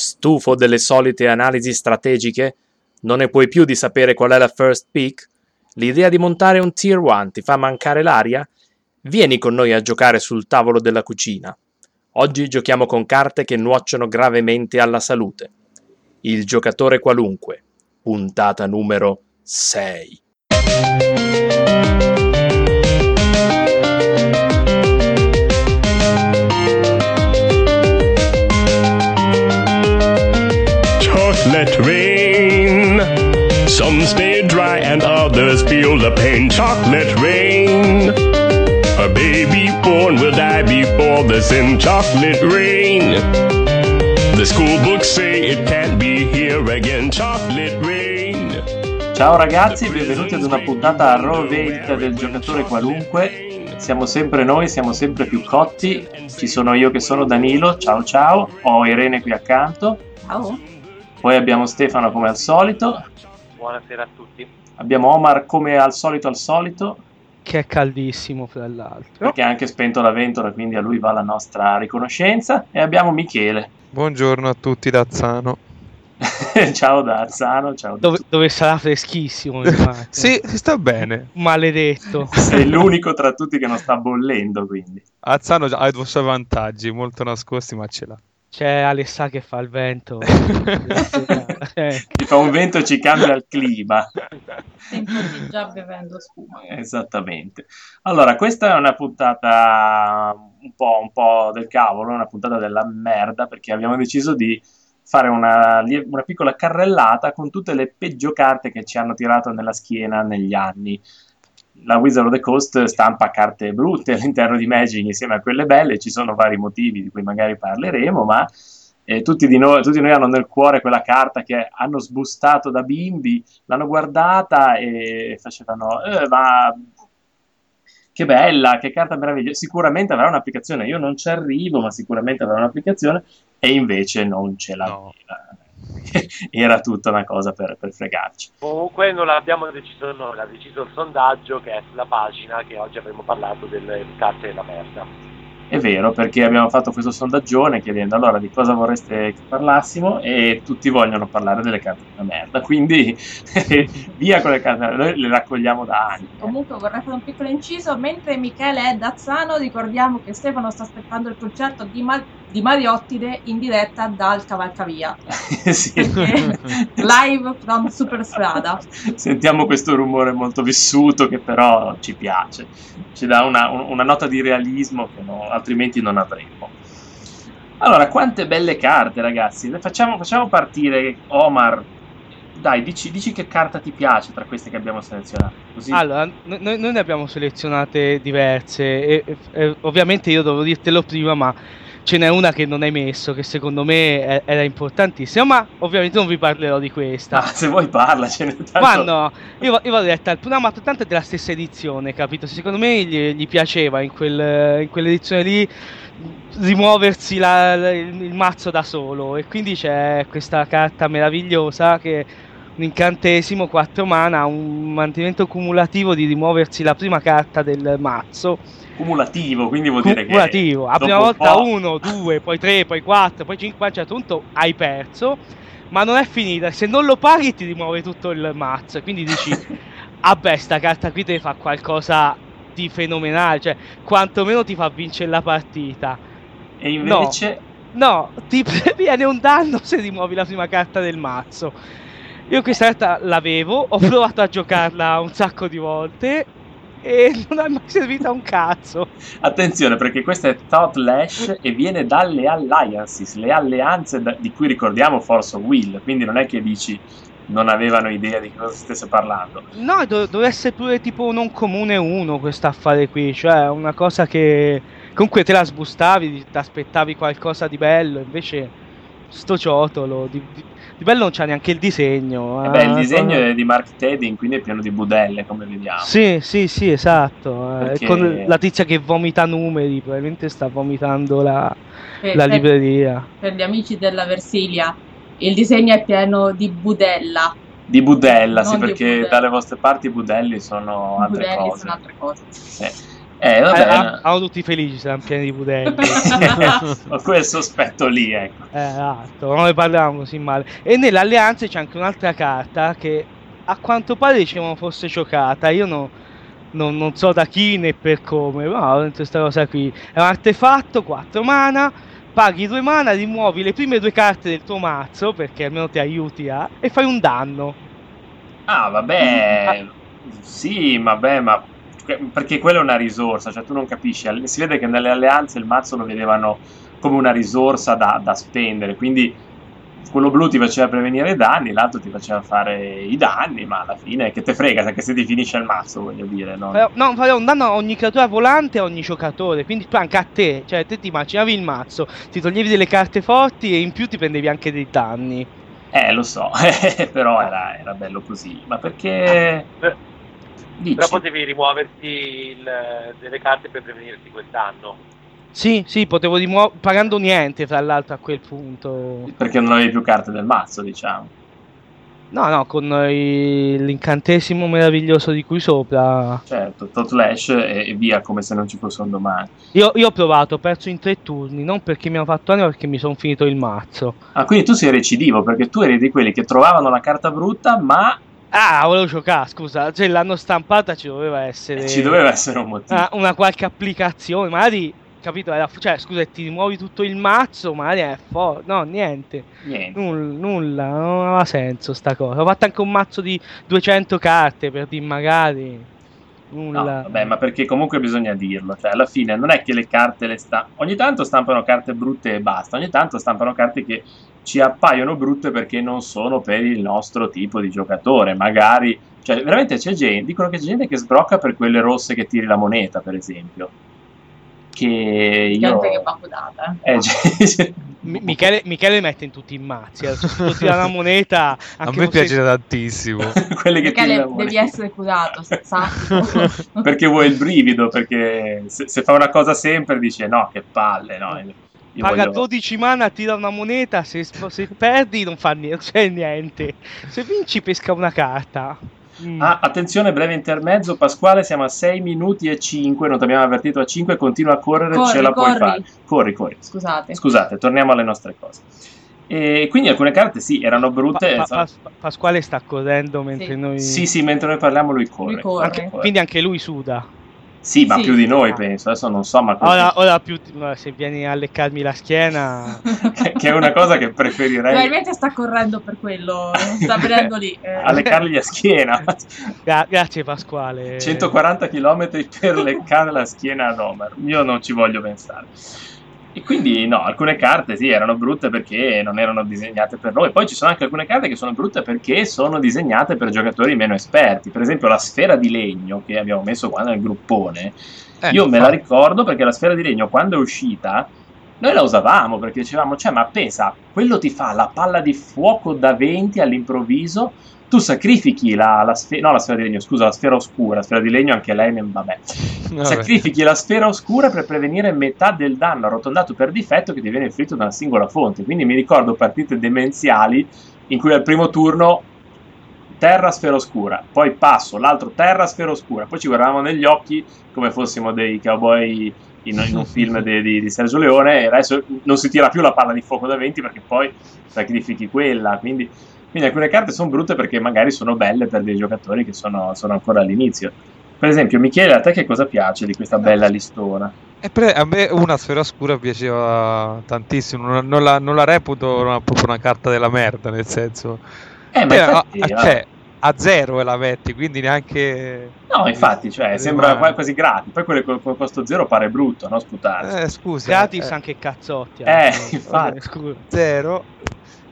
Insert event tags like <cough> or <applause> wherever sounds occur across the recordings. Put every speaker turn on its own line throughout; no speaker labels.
Stufo delle solite analisi strategiche? Non ne puoi più di sapere qual è la first pick? L'idea di montare un tier 1 ti fa mancare l'aria? Vieni con noi a giocare sul tavolo della cucina. Oggi giochiamo con carte che nuociono gravemente alla salute. Il giocatore qualunque, puntata numero 6.
Just let rain. Some stay dry and others feel the pain. Chocolate rain. A baby born will die before the sin. Chocolate rain. The school books say it can't be here again. Chocolate rain.
Ciao ragazzi, benvenuti ad una puntata a Roventa del giocatore qualunque. Siamo sempre noi, siamo sempre più cotti. Ci sono io che sono Danilo, ciao ciao. Ho Irene qui accanto.
Ciao.
Poi abbiamo Stefano come al solito.
Buonasera a tutti.
Abbiamo Omar come al solito al solito,
che è caldissimo fra l'altro.
perché ha anche spento la ventola, quindi a lui va la nostra riconoscenza. E abbiamo Michele. <laughs>
Buongiorno a tutti da Zano.
ciao da Azzano, ciao. da
Dove, dove sarà freschissimo, immagino.
Sì, si sta bene.
Maledetto.
Sei l'unico tra tutti che non sta bollendo, quindi.
A Zano già ha i suoi vantaggi, molto nascosti, ma ce <laughs> l'ha.
C'è Alessà che fa il vento. <laughs> Eh,
Ti fa un vento e ci cambia il clima.
Sentiti già bevendo spuma.
Esattamente. Allora, questa è una puntata un po', un po' del cavolo, una puntata della merda, perché abbiamo deciso di fare una, lie- una piccola carrellata con tutte le peggio carte che ci hanno tirato nella schiena negli anni. La Wizard of the Coast stampa carte brutte all'interno di Magic insieme a quelle belle, ci sono vari motivi di cui magari parleremo, ma eh, tutti, di noi, tutti noi hanno nel cuore quella carta che hanno sbustato da bimbi l'hanno guardata e facevano "Eh, ma che bella, che carta meravigliosa sicuramente avrà un'applicazione io non ci arrivo ma sicuramente avrà un'applicazione e invece non ce l'aveva
No.
<laughs> era tutta una cosa per, per fregarci
Comunque non l'abbiamo deciso noi, l'ha deciso il sondaggio che è sulla pagina che oggi avremmo parlato delle carte della merda.
è vero perché abbiamo fatto questo sondaggione chiedendo allora di cosa vorreste che parlassimo e tutti vogliono parlare delle carte della merda quindi <laughs> via con le carte della merda. noi le raccogliamo da anni eh.
Comunque vorrei fare un piccolo inciso, mentre Michele è Dazzano ricordiamo che Stefano sta aspettando il concerto di, Ma- di Mariottide in diretta dal Cavalcavia,
<laughs> sì.
perché <laughs> live from Superstrada.
<laughs> Sentiamo questo rumore molto vissuto che però ci piace, ci dà una, un- una nota di realismo che no- altrimenti non avremmo. Allora, quante belle carte ragazzi, Le facciamo, facciamo partire Omar, dai dici, dici che carta ti piace tra queste che abbiamo selezionato, così
Allora, no- noi, noi ne abbiamo selezionate diverse e, e- e ovviamente io dovevo dirtelo prima, ma ce n'è una che non hai messo, che secondo me è- era importantissima, ma ovviamente non vi parlerò di questa.
Ah, se vuoi parla, <laughs> ce ne tanto...
Ma no, io, vo- io vorrei leggere il programma tanto è della stessa edizione, capito? Secondo me gli, gli piaceva in, quel- in quell'edizione lì rimuoversi la- la- il, il mazzo da solo e quindi c'è questa carta meravigliosa che è un incantesimo 4 mana, un mantenimento cumulativo di rimuoversi la prima carta del mazzo.
Cumulativo, quindi vuol dire che...
Cumulativo, la
dopo
prima
un
volta
po'-
1, 2, poi 3, poi 4, poi 5, a un certo punto hai perso, ma non è finita, se non lo paghi ti rimuove tutto il mazzo, quindi dici, vabbè Ah sta carta qui te fa qualcosa di fenomenale, cioè quantomeno ti fa vincere la partita.
<laughs> E invece...
No, ti <laughs> previene un danno se rimuovi la prima carta del mazzo. Io questa carta l'avevo, ho provato a giocarla un sacco di volte e <laughs> non è mai servita un cazzo.
Attenzione perché questa è Thought Lash e viene dalle Alliances, le alleanze da- di cui ricordiamo Force of Will, quindi non è che dici non avevano idea di cosa stesse parlando.
No, do- doveva essere pure tipo non comune uno questo affare qui, cioè una cosa che comunque te la sbustavi, ti aspettavi qualcosa di bello, invece sto ciotolo, di, di- di bello non c'ha neanche il disegno.
Eh beh, il
eh,
disegno
con-
è di Mark Tedin, quindi è pieno di budelle, come vediamo.
Sì, sì, sì, esatto, eh,
Perché-
con la tizia che vomita numeri, probabilmente sta vomitando la,
Per,
la
per-
libreria.
per gli amici della Versilia, il disegno è pieno di budella,
Di budella, sì,
Non di
perché
budella.
dalle vostre parti i budelli sono altre
budelli
cose.
sono altre cose.
Eh, Eh, vabbè,
Ah, ah, tutti felici, saranno pieni
<laughs>
di pudelli. <laughs>
ho quel sospetto lì, ecco.
Eh, esatto, non ne parlavamo così male. E nell'alleanza c'è anche un'altra carta che a quanto pare dicevano fosse giocata. Io no- non, non so da chi né per come, ma dentro questa cosa qui. È un artefatto, 4 mana, paghi 2 mana, rimuovi le prime due carte del tuo mazzo, perché almeno ti aiuti a... e fai un danno.
Ah,
Mm,
vabbè, sì, vabbè, ma perché quella è una risorsa, cioè tu non capisci, alle- si vede che nelle alleanze il mazzo lo vedevano come una risorsa da, da spendere, quindi quello blu ti faceva prevenire i danni, l'altro ti faceva fare i danni, ma alla fine che te frega, anche se ti finisce il mazzo, voglio dire, no?
Farò- No, farò un danno a ogni creatura volante e a ogni giocatore, quindi tu anche a te, cioè te ti macinavi il mazzo, ti toglievi delle carte forti e in più ti prendevi anche dei danni.
Eh, lo so, <laughs> però era, era bello così, ma perché...
Eh,
Dici?
Però potevi rimuoverti il- delle carte per prevenirti quest'anno.
Sì, sì, potevo rimuovere pagando niente, fra l'altro, a quel punto.
Perché non avevi più carte del mazzo, diciamo.
No, no, con eh, l'incantesimo meraviglioso di qui sopra.
Certo, Totlash e, e via, come se non ci fosse un domani.
Io, io ho provato, ho perso in tre turni, non perché mi hanno fatto danni, ma perché mi sono finito il mazzo.
Ah, quindi tu sei recidivo, perché tu eri di quelli che trovavano la carta brutta, ma
Ah, volevo giocare, scusa, cioè l'hanno stampata, ci doveva essere...
Eh, ci doveva essere un motivo.
una, una qualche applicazione, magari, capito, era- cioè, scusa, ti rimuovi tutto il mazzo, magari è forte, no, niente,
Niente.
nulla, nulla, non aveva senso sta cosa, ho fatto anche un mazzo di 200 carte, per dire magari,
No,
nulla,
vabbè, ma perché comunque bisogna dirlo, cioè alla fine non è che le carte le sta... Ogni tanto stampano carte brutte e basta, ogni tanto stampano carte che ci appaiono brutte perché non sono per il nostro tipo di giocatore, magari... Cioè, veramente c'è gente, dicono che c'è gente che sbrocca per quelle rosse che tiri la moneta, per esempio. Che io...
Gente <laughs> che va pudata.
Eh, <laughs> cioè-
Mi- Michele, Michele mette in tutti i mazzi, eh, se tu tira
<laughs>
la moneta,
A
anche
me
con
piace
sei-
<laughs> tantissimo.
quelle che tiri la
Michele,
moneta.
devi essere
<laughs>
curato, sappi.
perché vuoi il brivido, perché se, se fa una cosa sempre dice no, che palle, no. Io
Paga
voglio-
12 mana, tira una moneta, se, se perdi <laughs> non fa niente, c'è niente. Se vinci pesca una carta. Mm.
Ah, attenzione, breve intermezzo, Pasquale, siamo a 6 minuti e 5, non ti abbiamo avvertito a 5, continua a correre,
Corri,
ce la puoi
corri.
fare. Corri, corri.
Scusate.
Scusate, torniamo alle nostre cose. E quindi alcune carte sì, erano
Pa-
brutte.
pa-
insomma.
Pas- Pasquale sta correndo mentre
Sì.
noi...
sì, sì, mentre noi parliamo lui corre.
Lui corre.
Anche-
Quindi anche lui suda.
Sì, ma
Sì.
più di noi penso, adesso non so, ma
Ora, ora più, no, se vieni a leccarmi la schiena...
che è una cosa che preferirei
Probabilmente sta correndo per quello, sta venendo
<laughs>
lì. eh.
a leccargli la
<laughs>
schiena.
Gra- grazie Pasquale.
140 km per leccare la schiena ad Homer. Io non ci voglio pensare. E quindi no, alcune carte sì, erano brutte perché non erano disegnate per noi. Poi ci sono anche alcune carte che sono brutte perché sono disegnate per giocatori meno esperti. Per esempio la sfera di legno che abbiamo messo qua nel gruppone.
Eh,
Io me la
fa-
ricordo perché la sfera di legno quando è uscita noi la usavamo perché dicevamo, cioè ma pensa, quello ti fa la palla di fuoco da 20 all'improvviso, tu sacrifichi la, sfera, no la sfera di legno, scusa, la sfera oscura, la sfera di legno anche lei, ne- vabbè,
Vabbè.
sacrifichi la sfera oscura per prevenire metà del danno arrotondato per difetto che ti viene inflitto da una singola fonte, quindi mi ricordo partite demenziali in cui al primo turno terra sfera oscura, poi passo l'altro terra sfera oscura, poi ci guardavamo negli occhi come fossimo dei cowboy in, in un film di, di- di Sergio Leone e adesso non si tira più la palla di fuoco da 20 perché poi sacrifichi quella, quindi, quindi alcune carte sono brutte perché magari sono belle per dei giocatori che sono, sono ancora all'inizio. Per esempio, Michele, a te che cosa piace di questa bella listona?
E pre- a me una sfera oscura piaceva tantissimo, non, non la, non la reputo una- proprio una carta della merda, nel senso...
Eh, ma
Però,
infatti,
a- cioè, a zero la metti, quindi neanche...
no, infatti, cioè,
Eh,
sembra
ma-
qua- quasi gratis. Poi quelle con con costo zero pare brutto, no? Sputarsi.
Eh, scusa.
Gratis
eh.
anche cazzotti.
Eh,
allora.
infatti.
Scusa.
zero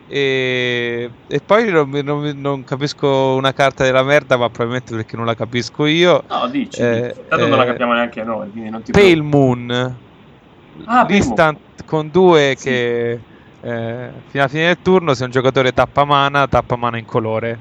e, e poi non, mi- non mi- non capisco una carta della merda ma probabilmente perché non la capisco io
No, dici,
eh,
dici. tanto non la
eh,
capiamo neanche noi, quindi non ti
Pale Moon
Ah, Pale
l'instant con due
Sì.
che eh, fino alla fine del turno se un giocatore tappa mana tappa mana in colore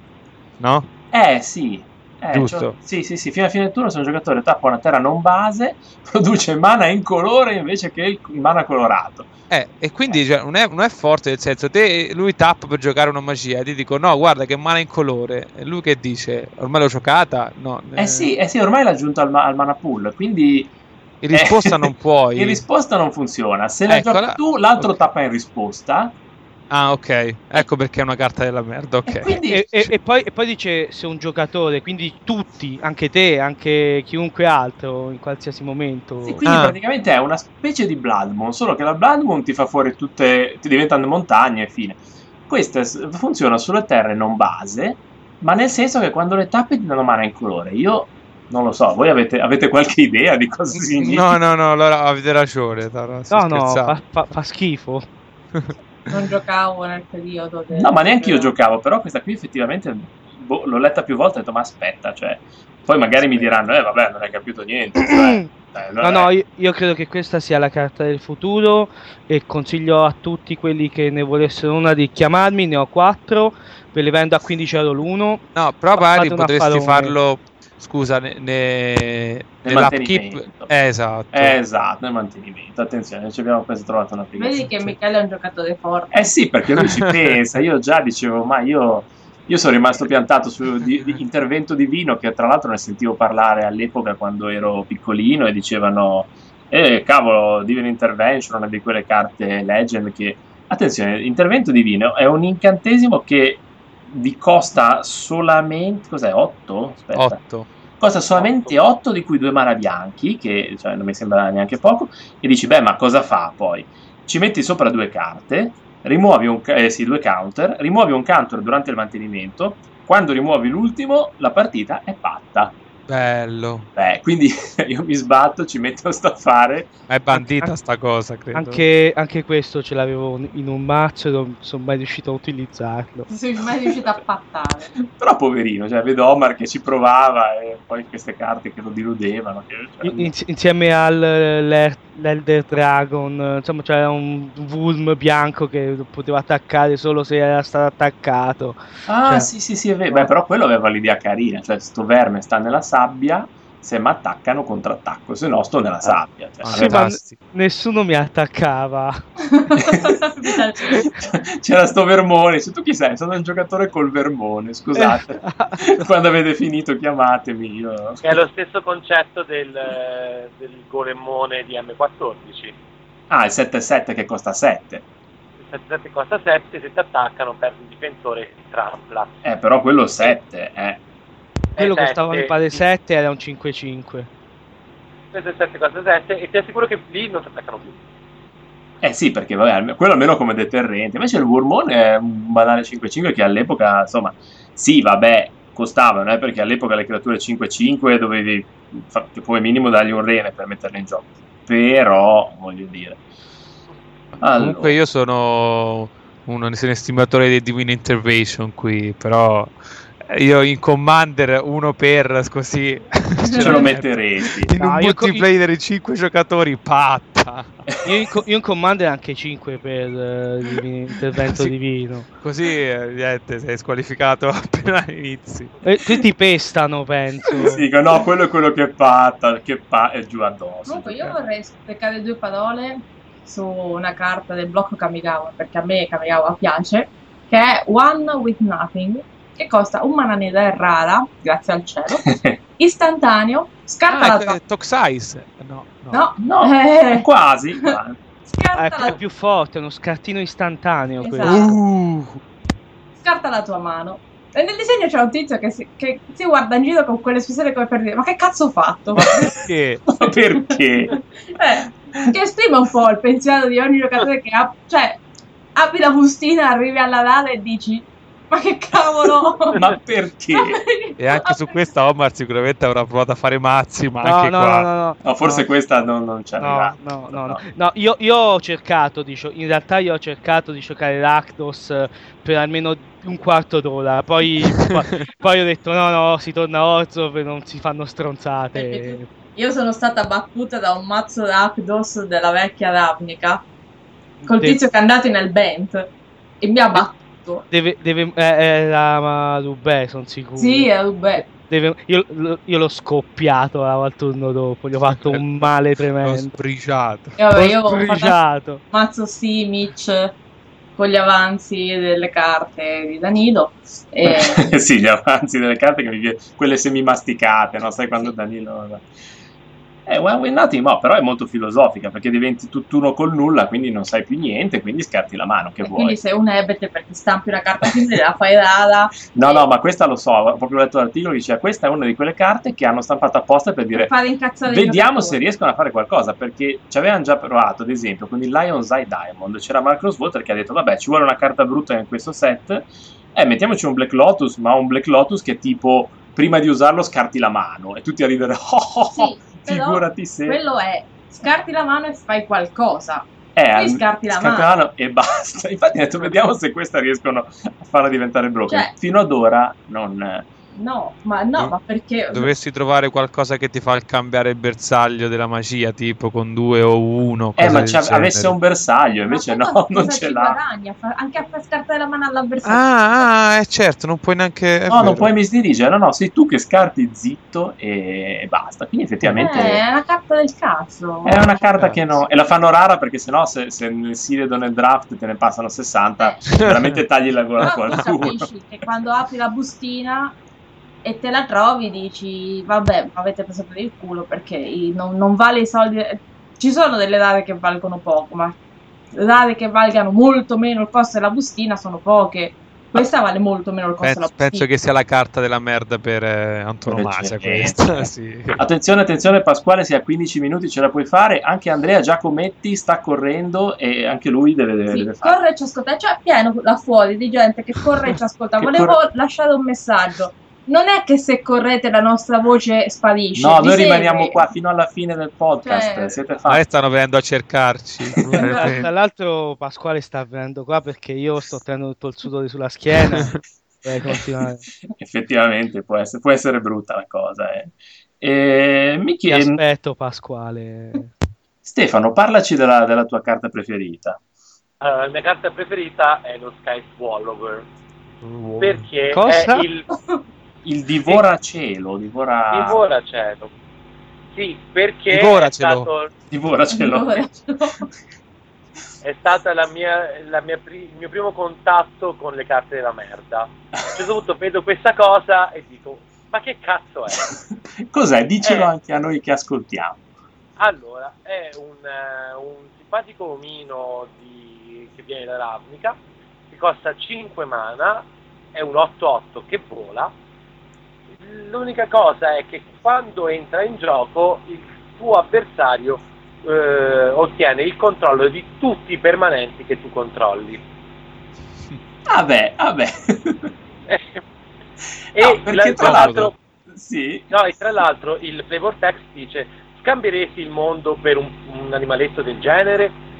no?
Eh sì. Eh,
Giusto.
cioè- sì, sì, sì, fino alla fine del turno se un giocatore tappa una terra non base, <laughs> produce mana in colore invece che il il mana colorato.
Eh, e quindi cioè, non, è, non è forte nel senso te lui tappa per giocare una magia e ti dico no guarda che mana in colore e lui che dice ormai l'ho giocata no
Eh sì, eh sì, ormai l'ha aggiunto al, ma- al mana pool, quindi
In risposta non
<laughs>
puoi.
In risposta non funziona. Se la
Eccola.
giochi tu, l'altro
Ok.
tappa in risposta.
Ah, ok. Ecco perché è una carta della merda.
E
Ok.
quindi
E, e- e poi, e poi dice se un giocatore, quindi tutti, anche te, anche chiunque altro, in qualsiasi momento.
Sì, quindi
Ah.
praticamente è una specie di Bloodmoon, solo che la Bloodmoon ti fa fuori tutte, ti diventano montagne e fine. Questa s- funziona sulle terre non base, ma nel senso che quando le tappi ti danno mana in colore. Io non lo so, voi avete, avete qualche idea di cosa significa?
No, no, no, allora avete ragione. Tara, sto
no, no,
scherzando.
fa, fa- fa schifo.
Non giocavo nel periodo. del-
No, ma neanche io giocavo, però questa qui effettivamente boh, l'ho letta più volte e ho detto, ma aspetta, cioè... Poi magari mi diranno, eh vabbè, non hai capito niente. cioè, eh,
No,
vabbè.
no, io, io credo che questa sia la carta del futuro e consiglio a tutti quelli che ne volessero una di chiamarmi, ne ho quattro, ve le vendo a 15 euro l'uno.
No, però magari
un
potresti
affarone.
farlo. Scusa, ne, ne,
mantenimento.
nell'upkeep. Eh, esatto.
Eh, esatto, nel mantenimento. Attenzione, ci abbiamo preso trovato un'applicazione.
Vedi che Michele è un giocatore forte.
Eh sì, perché lui ci pensa. Io già dicevo, ma io, io sono rimasto piantato su di, di intervento divino che tra l'altro ne sentivo parlare all'epoca quando ero piccolino e dicevano, eh cavolo, Divine Intervention, una di quelle carte legend che... Attenzione, intervento divino è un incantesimo che vi costa solamente... Cos'è? 8? Aspetta.
8.
Costa solamente 8, di cui due mana bianchi, che cioè, non mi sembra neanche poco, e dici, beh, ma cosa fa poi? Ci metti sopra due carte, rimuovi un, ca- eh, sì, due counter, rimuovi un counter durante il mantenimento, quando rimuovi l'ultimo, la partita è fatta.
Bello.
Beh, quindi <laughs> io mi sbatto, ci metto sto affare,
È bandita sta cosa, credo.
Anche, anche questo ce l'avevo in un mazzo e non sono mai riuscito a utilizzarlo.
Non sei mai riuscito a pattare.
<laughs> però poverino, cioè, vedo Omar che ci provava e poi queste carte che lo diludevano. che- cioè,
In- ins- insieme all'Elder Dragon, eh, insomma, c'era un Vulm bianco che poteva attaccare solo se era stato attaccato.
Ah,
Cioè-
sì, sì, sì, è vero. Beh, però quello aveva l'idea carina, cioè sto verme sta nella sabbia, se mi attaccano contrattacco, se no sto nella sabbia. Cioè,
Eh. Ah, Sì,
<laughs>
aveva-
ma- Nessuno mi attaccava.
<laughs> C'era sto vermone, se tu chi sei? Sono un giocatore col vermone, scusate.
Eh.
Quando avete finito chiamatemi. Io...
È lo stesso concetto del, eh, del golemmone di M14.
Ah, il 7-7 che costa 7.
Il 7 costa 7, se ti attaccano perdi il difensore e ti trampla.
Eh, però quello 7, eh.
<laughs> Quello
Eh,
costava
sette.
mi pare 7 era un 5-5.
Il 7 costa 7 e ti assicuro che lì non ti attaccano più.
Eh sì, perché vabbè, alme- quello almeno come deterrente. Invece il Wormone è un banale 5-5 che all'epoca, insomma, sì, vabbè, costava, non è perché all'epoca le creature 5-5 dovevi fa- come minimo dargli un rene per metterle in gioco. Però, voglio dire... Allora,
Comunque io sono un estimatore di Divine Intervention qui, però io in Commander uno per così
<laughs> ce lo
metto.
metteresti.
In
No,
un
io co-
multiplayer di 5 giocatori, patta!
Io in, co- io in comando era anche 5 per eh, divin- intervento
Sì.
divino.
Così eh, niente, sei squalificato <laughs> appena inizi.
E te ti Eh, pestano, penso.
Sì, dico, no, quello è quello che patta, che pa- e giù addosso.
Comunque, io
Perché-
vorrei spiegare due parole su una carta del blocco Kamigawa, perché a me Kamigawa piace, che è One with Nothing, che costa un mana nera e rara, grazie
<laughs>
al cielo, istantaneo, scarta
Ah,
la tua...
è Toxize? No, no.
No,
No,
eh,
quasi. ma-
Ah, è,
scarta,
più- è
la...
più forte, è uno scartino istantaneo.
Esatto.
quello.
Uh,
scarta la tua mano. E nel disegno c'è un tizio che si, che si guarda in giro con quelle espressioni come per dire ma che cazzo ho fatto?
<laughs> perché?
ma perché?
<laughs> Eh, che esprime un po' il pensiero di ogni giocatore che ha, cioè, apri la bustina, arrivi alla lana e dici ma che cavolo!
Ma perché?
<laughs>
E anche su questa Omar sicuramente avrà provato a fare mazzi, ma
No,
anche
no, no,
qua.
no, no.
No, forse
No.
questa non, non c'è.
No, no, no, no. No, io, io ho cercato di gio- in realtà io ho cercato di giocare l'Actos eh, per almeno un quarto d'ora, poi, poi, poi ho detto no, no, si torna a Orzov e non si fanno stronzate.
Io sono stata battuta da un mazzo d'Akdos della vecchia Ravnica col
De-
tizio che è andato nel Bent e mi ha battuto.
Deve, deve, eh, era ma, Rubè, sono sicuro.
Sì, eh, beh,
Deve- io, lo- io l'ho scoppiato al turno dopo, gli ho fatto
<laughs>
un male
L'ho
tremendo.
sbriciato.
e vabbè,
L'ho
io ho fatto
sbriciato.
mazzo Simic con gli avanzi delle carte di Danilo.
<laughs>
E...
sì, gli avanzi delle carte che mi viene, quelle semi masticate, no? Sai quando Danilo Eh, When We're Nothing, no, però è molto filosofica perché diventi tutt'uno col nulla, quindi non sai più niente, quindi scarti la mano che
E
vuoi.
quindi se un ebete perché stampi una carta simile la fai data
No, no, ma questa lo so, ho proprio letto l'articolo, dice questa è una di quelle carte che hanno stampato apposta per dire
per fare incazzare i
Vediamo se
giocatori.
riescono a fare qualcosa perché ci avevano già provato, ad esempio, con il Lion's Eye Diamond. C'era Marcus Water che ha detto: Vabbè, ci vuole una carta brutta in questo set. Eh, mettiamoci un Black Lotus, ma un Black Lotus che tipo prima di usarlo scarti la mano e tutti a ridere. Oh, oh, oh,
Sì, però
figurati se
quello è scarti la mano e fai qualcosa.
Eh,
qui
al-
scarti la
scarti
mano.
e basta. <laughs> Infatti, ho detto, vediamo se questa riescono a farla diventare broken.
Cioè-
Fino ad ora non. eh,
No, ma no,
Dov-
ma perché
Dovresti trovare qualcosa che ti fa cambiare il bersaglio della magia, tipo con due o uno.
Eh,
cose
ma
del
c'ha-
genere.
avesse un bersaglio,
Ma
invece
cosa-
no, <laughs> non
cosa
ce
ci
l'ha.
guadagna? Fa- Anche a far scartare la mano all'avversario.
Ah, ah, eh, certo, non puoi neanche. è
No, non
vero. <laughs>
puoi misdirigere, no, no, sei tu che scarti zitto e e basta. Quindi effettivamente
Eh, è una carta del cazzo.
è una carta che no. E la fanno rara perché sennò se, se nel seed o nel draft te ne passano 60, veramente tagli la gola a
Però tu
qualcuno.
capisci che quando apri la bustina e te la trovi dici vabbè mi avete preso per il culo perché i- non, non vale i soldi ci sono delle rare che valgono poco ma rare che valgano molto meno il costo della bustina sono poche questa vale molto meno il costo
Penso,
della
penso
bustina
che sia la carta della merda per eh, antonomasia
Precedenza.
questa. <laughs> sì.
Attenzione, attenzione, Pasquale, se a 15 minuti ce la puoi fare, anche Andrea Giacometti sta correndo e anche lui deve, deve,
Sì,
deve fare.
corre e ci ascolta cioè è pieno là fuori di gente che corre e ci ascolta
Che
volevo
corre-
lasciare un messaggio non è che se correte la nostra voce sparisce
No,
vi
noi
segue.
rimaniamo qua fino alla fine del podcast.
Cioè-
Siete
Ma
fatti.
Ah, stanno venendo a cercarci.
Tra tra l'altro Pasquale sta venendo qua perché io sto tenendo tutto il sudore sulla
<laughs>
schiena. Dai, continuare.
Effettivamente può essere, può essere brutta la cosa. Eh. E, Miki,
Ti aspetto Pasquale.
Stefano, parlaci della, della tua carta preferita.
Allora, la mia carta preferita è lo Sky Swallower perché
Cosa?
è il
Il divoracielo, divora...
divoracielo. Sì, perché è,
Divoracelo.
stato,
divoracielo.
<laughs> Allora,
è stata la mia, la mia pri- il mio primo contatto con le carte della merda. A un certo punto vedo questa cosa e dico, ma che cazzo è?
Cos'è? Dicelo
Eh.
anche a noi che ascoltiamo.
Allora, è un, eh, un simpatico omino di- che viene da Ravnica, che costa 5 mana, è un 8-8 che vola. L'unica cosa è che quando entra in gioco il tuo avversario eh, ottiene il controllo di tutti i permanenti che tu controlli. <laughs>
Vabbè, vabbè.
e
No, perché
la-
tra
tra
l'altro...
l'altro-
Sì.
No, e tra l'altro il flavor text dice scambieresti il mondo per un, un animaletto del genere?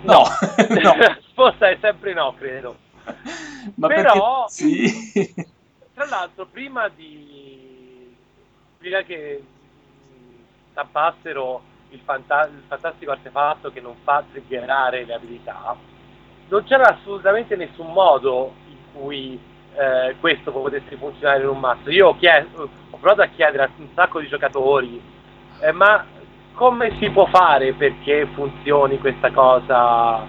<laughs>
No, no.
La risposta è sempre no, credo.
Ma
Però-
perché... Sì.
Tra l'altro, prima di prima che mh, stampassero il, fanta- il fantastico artefatto che non fa triggerare le abilità, non c'era assolutamente nessun modo in cui eh, questo potesse funzionare in un mazzo. Io ho, chie- ho provato a chiedere a un sacco di giocatori, eh, ma come si può fare perché funzioni questa cosa?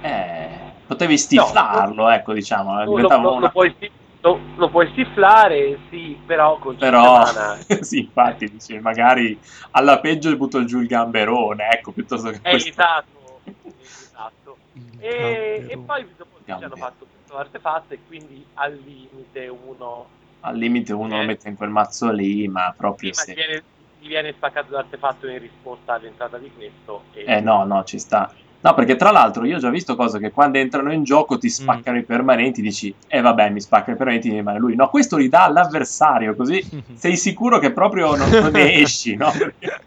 Eh, potevi stiflarlo, ecco, diciamo.
Tu lo,
diventava
lo- lo
una-
puoi, sti- lo- lo puoi stiflare, sì, però con
Però...
cinque mana.
<laughs> sì, infatti, dice, magari alla peggio butto giù il gamberone, ecco, piuttosto che
è
questo.
esatto, esatto.
Ah,
E, e poi dopo ci hanno fatto questo artefatto e quindi al limite uno
Al limite uno lo
Eh.
mette in quel mazzo lì, ma proprio
prima
se...
viene, gli viene spaccato l'artefatto in risposta all'entrata di questo e
Eh no, no, ci sta. No, perché tra l'altro io ho già visto cose che quando entrano in gioco ti spaccano i permanenti, dici, eh vabbè, mi spacca i permanenti, mi rimane lui. No, questo li dà all'avversario, così sei sicuro che proprio non, non ne esci, no? Perché-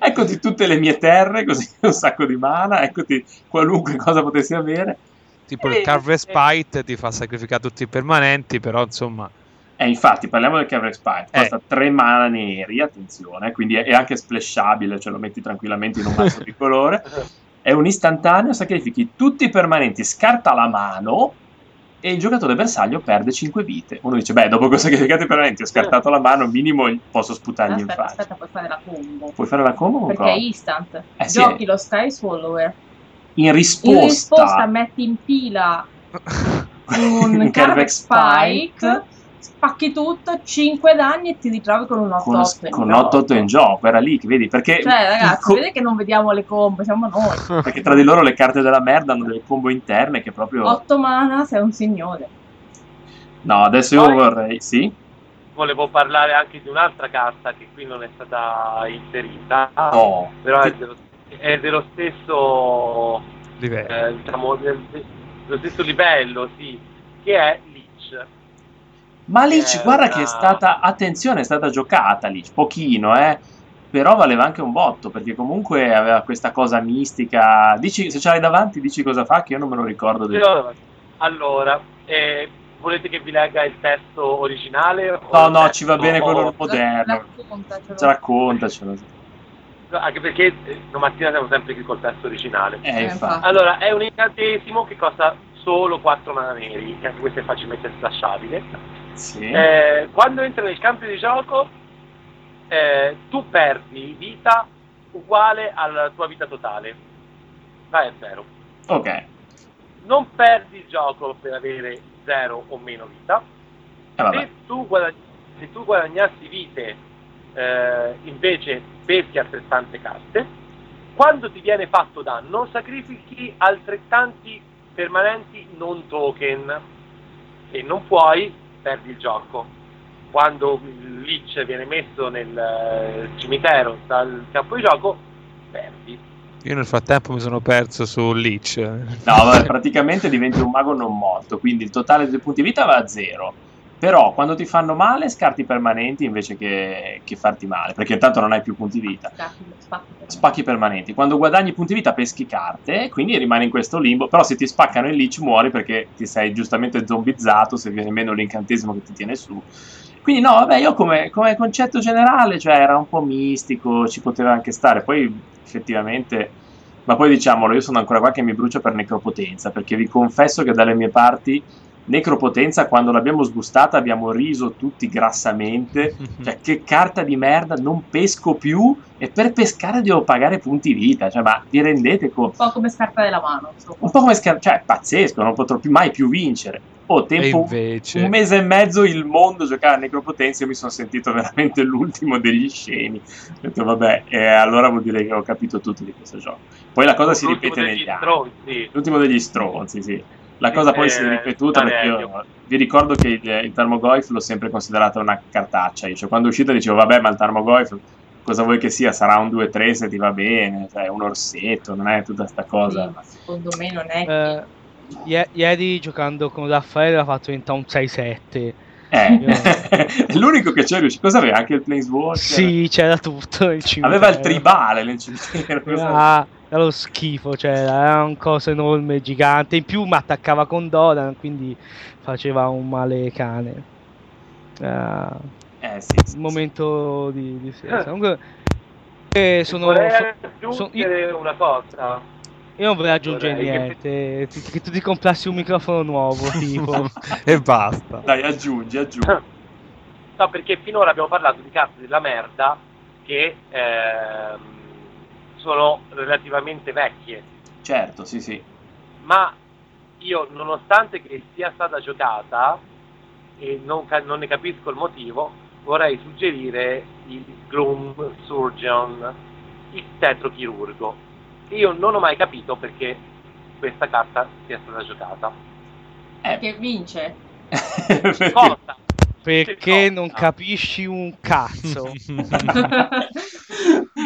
Eccoti tutte le mie terre, così un sacco di mana, eccoti qualunque cosa potessi avere.
tipo il Carve Spite ti fa sacrificare tutti i permanenti, però insomma.
E infatti, parliamo del Cavre Spike,
Eh.
costa tre mana neri, attenzione, quindi è, è anche splashable, cioè lo metti tranquillamente in un mazzo di colore. È un istantaneo, sacrifichi tutti i permanenti, scarta la mano e il giocatore bersaglio perde 5 vite. Uno dice, beh, dopo che ho sacrificato i permanenti, ho scartato la mano, minimo posso sputargli in
aspetta,
faccia.
aspetta, puoi fare la combo.
Puoi fare la combo con
Perché
cosa?
è instant.
Eh sì,
Giochi lo Sky Swallower.
in
In
risposta, <laughs>
risposta metti in pila un Carvex Spike, spacchi tutto, 5 danni e ti ritrovi con un 8-8.
con,
in
con
gioco.
8-8 in gioco, Ecco. era lì, che vedi, perché,
Cioè, ragazzi,
co-
vedete che non vediamo le combo, siamo
<laughs>
noi.
perché tra di loro le carte della merda hanno delle combo interne che proprio...
8 mana, sei un signore.
No, adesso io
Poi-
vorrei... Sì?
Volevo parlare anche di un'altra carta che qui non è stata inserita,
No.
però è dello, è dello stesso
Livello.
eh, diciamo, del- dello stesso livello, sì, che è Leech.
Ma Lich,
Eh,
guarda
no.
che è stata, attenzione, è stata giocata Lich, pochino, eh. Però valeva anche un botto, perché comunque aveva questa cosa mistica. Dici, se ce l'hai davanti, dici cosa fa, che io non me lo ricordo. del-
Però, allora, eh, volete che vi legga il testo originale? o
No,
il
no,
testo-
ci va bene quello
La-
moderno. Cioè,
raccontacelo.
Ce Eh, raccontacelo.
Anche perché eh, domattina siamo sempre qui col testo originale.
Eh,
Eh,
infatti.
infatti.
Allora, è un incantesimo che costa solo 4 mana neri, che anche questo è facilmente slasciabile.
Sì.
Eh, quando entra nel campo di gioco, eh, tu perdi vita uguale alla tua vita totale. Vai a zero.
Ok. Eh,
Non perdi il gioco per avere zero o meno vita.
Eh, vabbè.
Se tu, guada- se tu guadagnassi vite, eh, invece peschi altrettante carte, quando ti viene fatto danno, sacrifichi altrettanti permanenti non token e non puoi, perdi il gioco. Quando il leech viene messo nel eh, cimitero dal campo di gioco, perdi.
Io nel frattempo mi sono perso su Leech.
No,
<laughs>
vabbè, praticamente diventi un mago non morto, quindi il totale dei punti vita va a zero. Però quando ti fanno male, scarti permanenti invece che, che farti male, perché intanto non hai più punti vita.
Scatti, spacchi.
spacchi permanenti. Quando guadagni punti vita peschi carte, quindi rimani in questo limbo. Però se ti spaccano il leech muori perché ti sei giustamente zombizzato, se viene meno l'incantesimo che ti tiene su. Quindi no, vabbè, io come, come concetto generale, cioè era un po' mistico, ci poteva anche stare. Poi effettivamente... Ma poi diciamolo, io sono ancora qua che mi brucio per necropotenza, perché vi confesso che dalle mie parti necropotenza, quando l'abbiamo sgustata, abbiamo riso tutti grassamente. Cioè, che carta di merda, non pesco più e per pescare devo pagare punti vita. Cioè, ma vi rendete conto?
Un po' come scarpa della mano, insomma.
Un po' come scar- cioè, è pazzesco, non potrò più- mai più vincere. Oh,
e
tempo
invece...
un mese e mezzo il mondo giocava a Necropotenza e mi sono sentito veramente l'ultimo degli scemi. Ho detto, vabbè, eh, allora vuol dire che ho capito tutto di questo gioco. Poi la cosa si
L'ultimo
ripete
degli
negli anni.
stronzi.
L'ultimo degli stronzi, sì. La cosa poi
Eh,
si è ripetuta perché io
Valerio.
vi ricordo che il, il Tarmogoyf l'ho sempre considerata una cartaccia. Io, Cioè, quando è uscita dicevo, vabbè, ma il Tarmogoyf cosa vuoi che sia? Sarà un 2-3 se ti va bene, cioè, un orsetto, non è tutta sta cosa.
Sì, ma secondo me non è
Eh, ie- ieri giocando con Raffaele ha fatto diventare un 6-7.
Eh,
io-
è <laughs> l'unico che c'è riuscito. Cosa aveva? Anche il Planeswalker?
Sì, c'era tutto. Il cimitero.
Aveva il tribale nel cimitero. cosa-
Era, era lo schifo, cioè era un coso enorme, gigante. In più mi attaccava con Doran, quindi faceva un male cane. Era
Eh, sì, sì, sì.
un momento di, di
Eh.
senso. Comunque, eh, sono,
Vorrei
so- sono-
aggiungere una cosa.
io non vorrei aggiungere
vorrei che-
niente. Ti- Che tu ti comprassi un microfono nuovo,
<laughs>
tipo.
e basta.
Dai, aggiungi, aggiungi.
No, perché finora abbiamo parlato di carte della merda che ehm, sono relativamente vecchie,
Certo, sì, sì.
ma io nonostante che sia stata giocata e non, ca- non ne capisco il motivo, vorrei suggerire il Gloom Surgeon, il tetrochirurgo, che io non ho mai capito perché questa carta sia stata giocata.
che vince.
Perché- <laughs>
Cosa?
Perché non
Cosa?
capisci un cazzo.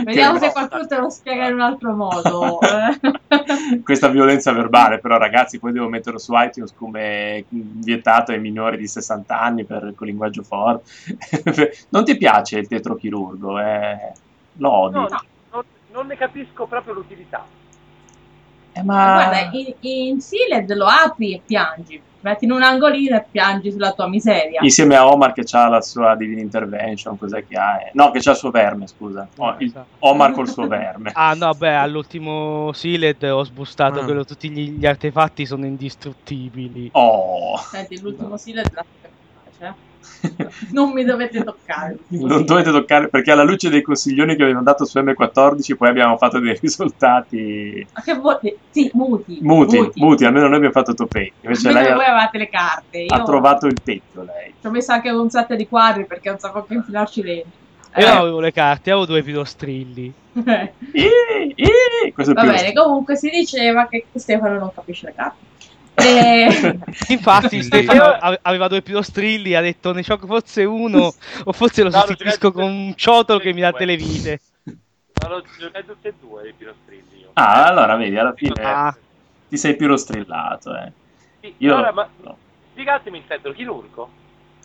Vediamo
Che-
se qualcuno te lo spiega
Eh.
in un altro modo. eh.
<laughs> Questa violenza verbale, però, ragazzi, poi devo metterlo su iTunes come vietato ai minori di 60 anni per col linguaggio forte. <laughs> non ti piace il tetrochirurgo? Eh? Lo odi.
No, no, non- non ne capisco proprio l'utilità.
Eh, ma...
Guarda, in, in Sealed lo apri e piangi. Metti in un angolino e piangi sulla tua miseria.
Insieme a Omar che ha la sua Divine Intervention, cos'è che ha? Eh, No, che ha il suo verme, scusa.
Ah.
Oh, il-
Esatto.
Omar col suo verme.
Ah no, beh, all'ultimo Sealed ho sbustato
Ah.
quello, tutti gli, gli artefatti sono indistruttibili.
Oh.
Senti, l'ultimo Sealed la cioè, <laughs> non mi dovete toccare.
<laughs> Non dovete toccare perché alla luce dei consiglioni che avevano dato su M14 poi abbiamo fatto dei risultati
Ma che vuoi? Sì, muti.
muti, muti, almeno noi abbiamo fatto top 8. Invece
Almeno
lei
voi
ha,
avevate le carte. Io
ha trovato il petto lei.
ci ho messo anche un set di quadri perché non sapevo che infilarci dentro.
Io
Eh,
non avevo le carte, avevo due pilostrilli.
Ih, ih, questo è
<laughs> Va
più
bene, comunque si diceva che Stefano non capisce le carte. Eh,
<laughs>
E...
Infatti,
Sì.
Stefano ave- aveva due pilostrilli, ha detto ne gioco forse uno, o forse lo
No, lo
sostituisco
giocate-
con un ciotolo che mi dà delle vite.
Ma l'ho giocati tutti e due i pilostrilli. Io.
Ah, allora vedi, alla fine
Ah.
ti sei più rostrillato, eh.
Sì,
Io
allora, ma
no.
spiegatemi il chirurgo.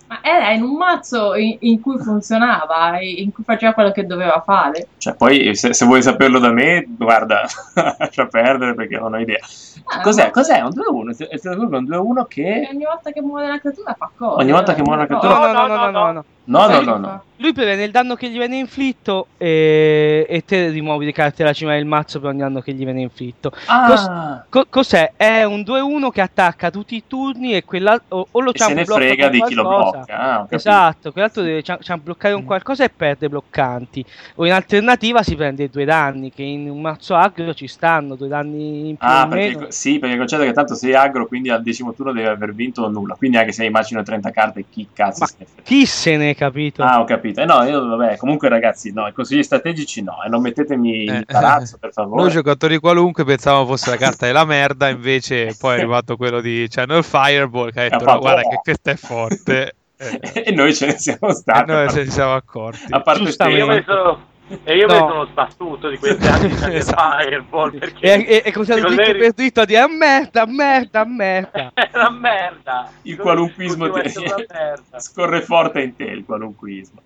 Ma era in un mazzo in, in cui funzionava, in cui faceva quello che doveva fare.
Cioè, poi se, se vuoi saperlo da me, guarda, <laughs> lascia perdere perché non ho idea.
Ah,
Cos'è?
ma- Eh,
Cos'è? Un 2-1. Il Strasburgo è un 2-1
E
che...
ogni volta che muore una creatura fa cosa?
Ogni volta che muore una
No,
creatura-
no, no, no, no, no.
No, no, no, no.
Lui prevede il danno che gli viene inflitto e, e te rimuovi le carte dalla cima del mazzo per ogni danno che gli viene inflitto.
Ah,
Co- cos'è? È un 2-1 che attacca tutti i turni e quella, o, o lo
e se ne
blocca
frega
con
di chi lo
qualcosa.
blocca. Ah, ho capito. Mm.
Esatto, quell'altro deve ciam- ciam- bloccare un qualcosa e perde bloccanti. O in alternativa si prende due danni, che in un mazzo agro ci stanno, due danni in più o
Ah,
in meno.
perché, sì, perché il concetto è che tanto sei agro, quindi al decimo turno devi aver vinto o nulla. Quindi anche se hai immagino 30 carte, chi cazzo
Ma
se ne frega.
Chi se ne è capito?
Ah, ho capito. Eh no, io, vabbè, comunque ragazzi, no, i consigli strategici no, e non mettetemi in
Eh.
imbarazzo,
<laughs>
per
Noi
favore.
giocatori qualunque pensavamo fosse la carta della merda, invece poi è arrivato quello di Channel Fireball che ha detto
Ha
"No,
Eh, fatto-
guarda che questa è forte. Eh,
<laughs> e noi ce ne siamo
e
stati.
noi ce ne siamo accorti.
A parte
Giustamente.
Stefano.
E io, mi sono, e io mi
No.
sono sbattuto di questi anni di
Esatto.
Fireball perché
E, e, e considerato
con
dritto
lei-
per dritto a dire "Ah, merda, merda, merda.
è una merda.
Il qualunquismo
Continua a
te-
essere una merda.
scorre forte in te il qualunquismo.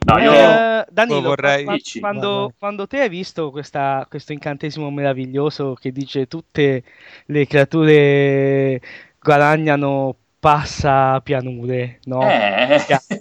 No, io
Eh, Danilo,
Lo vorrei-
qua-
Dici.
Vai,
quando,
vai.
quando te hai visto questa- questo incantesimo meraviglioso che dice tutte le creature guadagnano passa pianure, no?
eh,
Chia-
<laughs>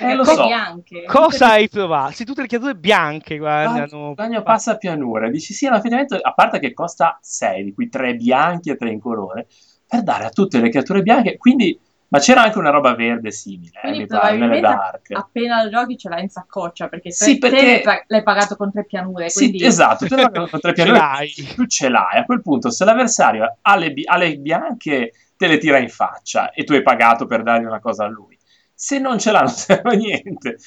Eh, lo so.
Anche.
<laughs> Cosa hai provato? Sì, tutte le creature bianche guadagnano
Bagno passa pianura. Dici sì, no, effettivamente, a parte che costa 6, di cui 3 bianchi e 3 in colore, per dare a tutte le creature bianche. Quindi, ma c'era anche una roba verde simile, eh,
Quindi
mi pare, nelle
probabilmente Ah,
dark.
Appena lo giochi ce l'hai in saccoccia perché,
Sì,
te- te
perché-
l'hai pa- l'hai pagato con tre pianure.
Sì,
quindi...
esatto, tu
<laughs>
non- con tre
Ce
pianure Eh,
l'hai.
tu ce l'hai. A quel punto, se l'avversario ha le, bi- ha le bianche, te le tira in faccia e tu hai pagato per dargli una cosa a lui. Se non ce l'ha, <laughs> non serve a niente.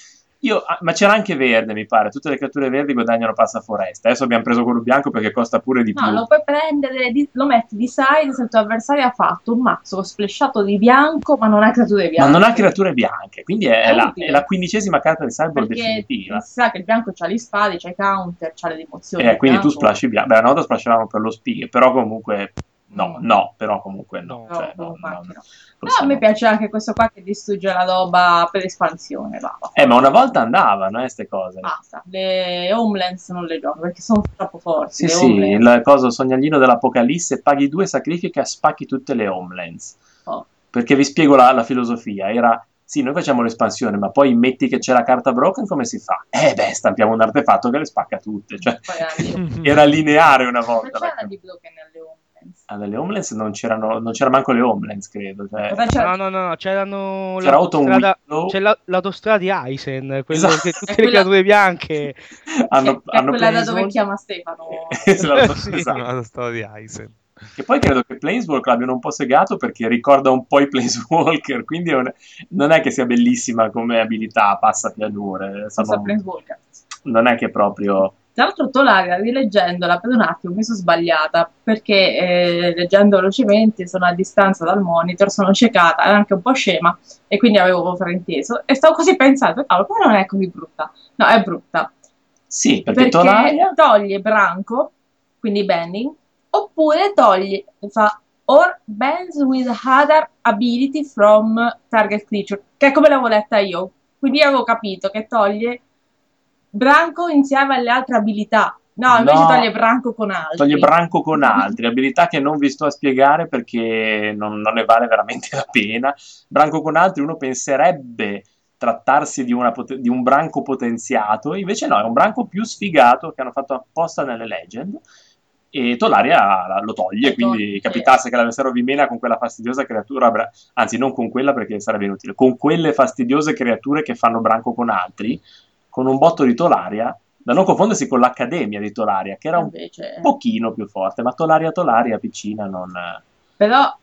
Io- ah, ma c'era anche verde, mi pare. Tutte le creature verdi guadagnano passaforesta. Adesso abbiamo preso quello bianco perché costa pure di più.
No, lo puoi prendere, di- lo metti di side se il tuo avversario ha fatto un mazzo splashato di bianco ma non ha creature
ma
bianche.
non ha creature bianche, quindi è,
È
la,
utile.
è la quindicesima carta di Cyborg
Ah, perché
definitiva.
si sa che il bianco c'ha gli spadi, c'ha i counter, c'ha le dimozioni.
Eh, quindi
il
tu
bianco-
splashi bianco. Beh, una volta splashavamo per lo spighe, però comunque no, no, però comunque no.
No,
Cioè, no,
no,
no,
infatti
no.
no. Però a
Possiamo-
me piace anche questo qua che distrugge la roba per espansione. va, va.
Eh, ma una volta andavano, eh, queste cose.
Basta, le homelands non le gioco perché sono troppo forti.
Sì,
le
sì,
homelands.
il coso sognalino dell'Apocalisse, paghi due, sacrifica, spacchi tutte le homelands.
Oh.
Perché vi spiego la, la filosofia, era, sì, noi facciamo l'espansione, ma poi metti che c'è la carta broken, come si fa? Eh beh, stampiamo un artefatto che le spacca tutte, cioè, <laughs>
Poi eh. anche-
era lineare una
Non
volta. la
c'era
carta.
di blu che nelle homelands.
Ah, nelle homelands non c'erano, non c'era manco le homelands, credo. cioè,
Cosa c'era?
No, no, no, no, c'erano
c'era Autumn
l'autostrada-
Willow,
c'è la- l'autostrada di Eisen, quello
Esatto. <laughs>
che
È
tutte
quella-
le creature bianche.
hanno,
che, che
hanno
è quella da
Planeswalk-
dove
<laughs>
chiama Stefano. <laughs>
Esatto,
Sì.
esatto.
la storia
<laughs>
di Eisen.
Che poi credo che Planeswalk l'abbiano un po' segato perché ricorda un po' i Planeswalker, quindi è un- non è che sia bellissima come abilità, passa pianure, insomma,
Senza Planeswalker.
non è che proprio...
Tra l'altro, Tolaria, rileggendola per un attimo mi sono sbagliata perché eh, leggendo velocemente sono a distanza dal monitor, sono ciecata, era anche un po' scema e quindi avevo frainteso e stavo così pensando, cavolo, però non è così brutta. No, è brutta
Sì, perché,
perché
Tolaria...
toglie branco, quindi banning, oppure toglie, fa or bans with other ability from target creature, che è come l'avevo letta io. Quindi avevo capito che toglie branco insieme alle altre abilità. No, invece
No.
toglie branco con altri.
Toglie branco con altri, abilità che non vi sto a spiegare perché non, non ne vale veramente la pena. Branco con altri uno penserebbe trattarsi di, una pot- di un branco potenziato, invece no, è un branco più sfigato che hanno fatto apposta nelle legend, e Tolaria la- lo toglie,
Lo
quindi
toglie.
capitasse che l'avversario vi mena con quella fastidiosa creatura, bra- anzi non con quella perché sarebbe inutile, con quelle fastidiose creature che fanno branco con altri, con un botto di Tolaria, da non confondersi con l'Accademia di Tolaria, che era un
Invece...
pochino più forte, ma Tolaria Tolaria piccina non... eh,
Però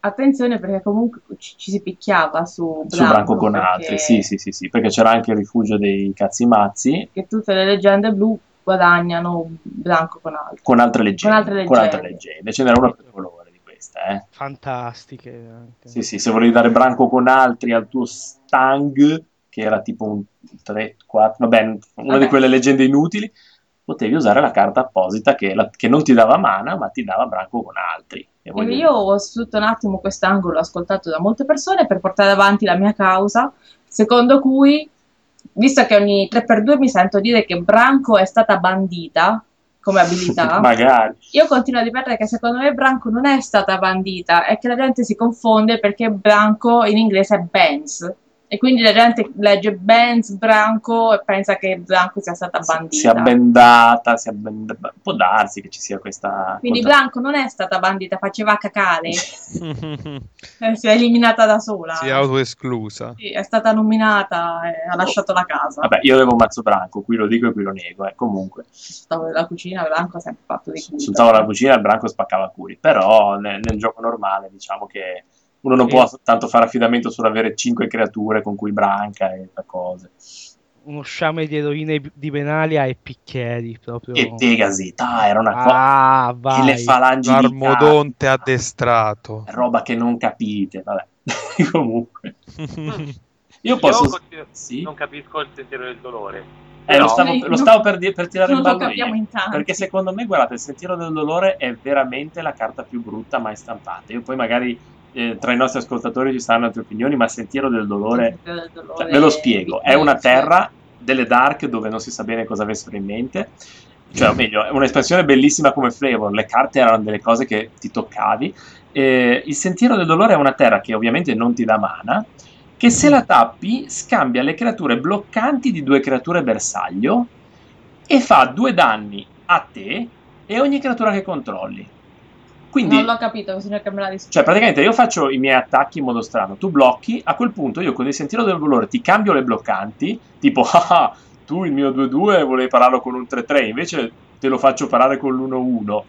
attenzione perché comunque ci, ci si picchiava su Branco,
su branco con
perché-
altri, sì sì sì sì, perché c'era anche il rifugio dei cazzi mazzi
Che tutte le leggende blu guadagnano un Branco con altri.
con altre leggende,
Con altre leggende.
leggende. ce n'era una per colore di questa, eh.
fantastiche. anche.
Sì, sì, se volevi dare branco con altri al tuo Stang, che era tipo un 3, 4, vabbè, una
Vabbè.
di quelle leggende inutili, potevi usare la carta apposita che, la- che non ti dava mana, ma ti dava branco con altri. E voglio- <laughs>
Io ho sfruttato un attimo quest'angolo ascoltato da molte persone per portare avanti la mia causa, secondo cui, visto che ogni 3x2 mi sento dire che Branco è stata bandita come
<laughs>
abilità,
Magari.
io continuo a ripetere che secondo me Branco non è stata bandita e che la gente si confonde perché Branco in inglese è Benz. E quindi la gente legge Benz, Branco e pensa che Branco sia stata bandita.
Si è bendata, si è bend- può darsi che ci sia questa...
Quindi
cosa-
Branco non è stata bandita, faceva cacare, <laughs> eh, si è eliminata da sola.
si è autoesclusa.
Sì, è stata nominata e ha lasciato la casa.
Vabbè, io avevo un mazzo branco, qui lo dico e qui lo nego, eh. comunque.
Sul tavolo della cucina Branco ha sempre fatto di culo.
sul tavolo della cucina il branco spaccava curi, però nel, nel gioco normale diciamo che uno non
Sì.
può soltanto fare affidamento sull'avere cinque creature con cui branca e fa cose.
Uno sciame di eroine b- di Benalia e picchieri proprio.
E Pegasi, ah, era una cosa...
ah,
e le
vai.
falangi di
L'armodonte
carta,
addestrato.
<laughs> Roba che non capite, vabbè. <laughs> Comunque. <laughs> Io
Io
posso...
continuo-
Sì?
non capisco il sentiero del dolore.
Eh, lo
però-
stavo, lo stavo per, di- per tirare
non
in
lo
ballo
capiamo
io.
in tanti.
Perché secondo me, guardate, il Sentiero del Dolore è veramente la carta più brutta mai stampata. Io poi magari eh, tra i nostri ascoltatori ci saranno altre opinioni, ma il Sentiero del Dolore
Del dolore.
Cioè, ve lo spiego, è una terra delle dark dove non si sa bene cosa avessero in mente. Cioè, o meglio, è un'espressione bellissima come flavor. Le carte erano delle cose che ti toccavi. Eh, il sentiero del dolore è una terra che ovviamente non ti dà mana. Che se la tappi scambia le creature bloccanti di due creature bersaglio e fa due danni a te e ogni creatura che controlli. Quindi
Non l'ho capito, bisogna che me la
cioè,
dispiega.
praticamente io faccio i miei attacchi in modo strano, tu blocchi, a quel punto io con il sentiero del dolore ti cambio le bloccanti, tipo, <laughs> ah, ah, tu il mio 2-2 volevi pararlo con un 3-3, invece te lo faccio parare con l'1-1,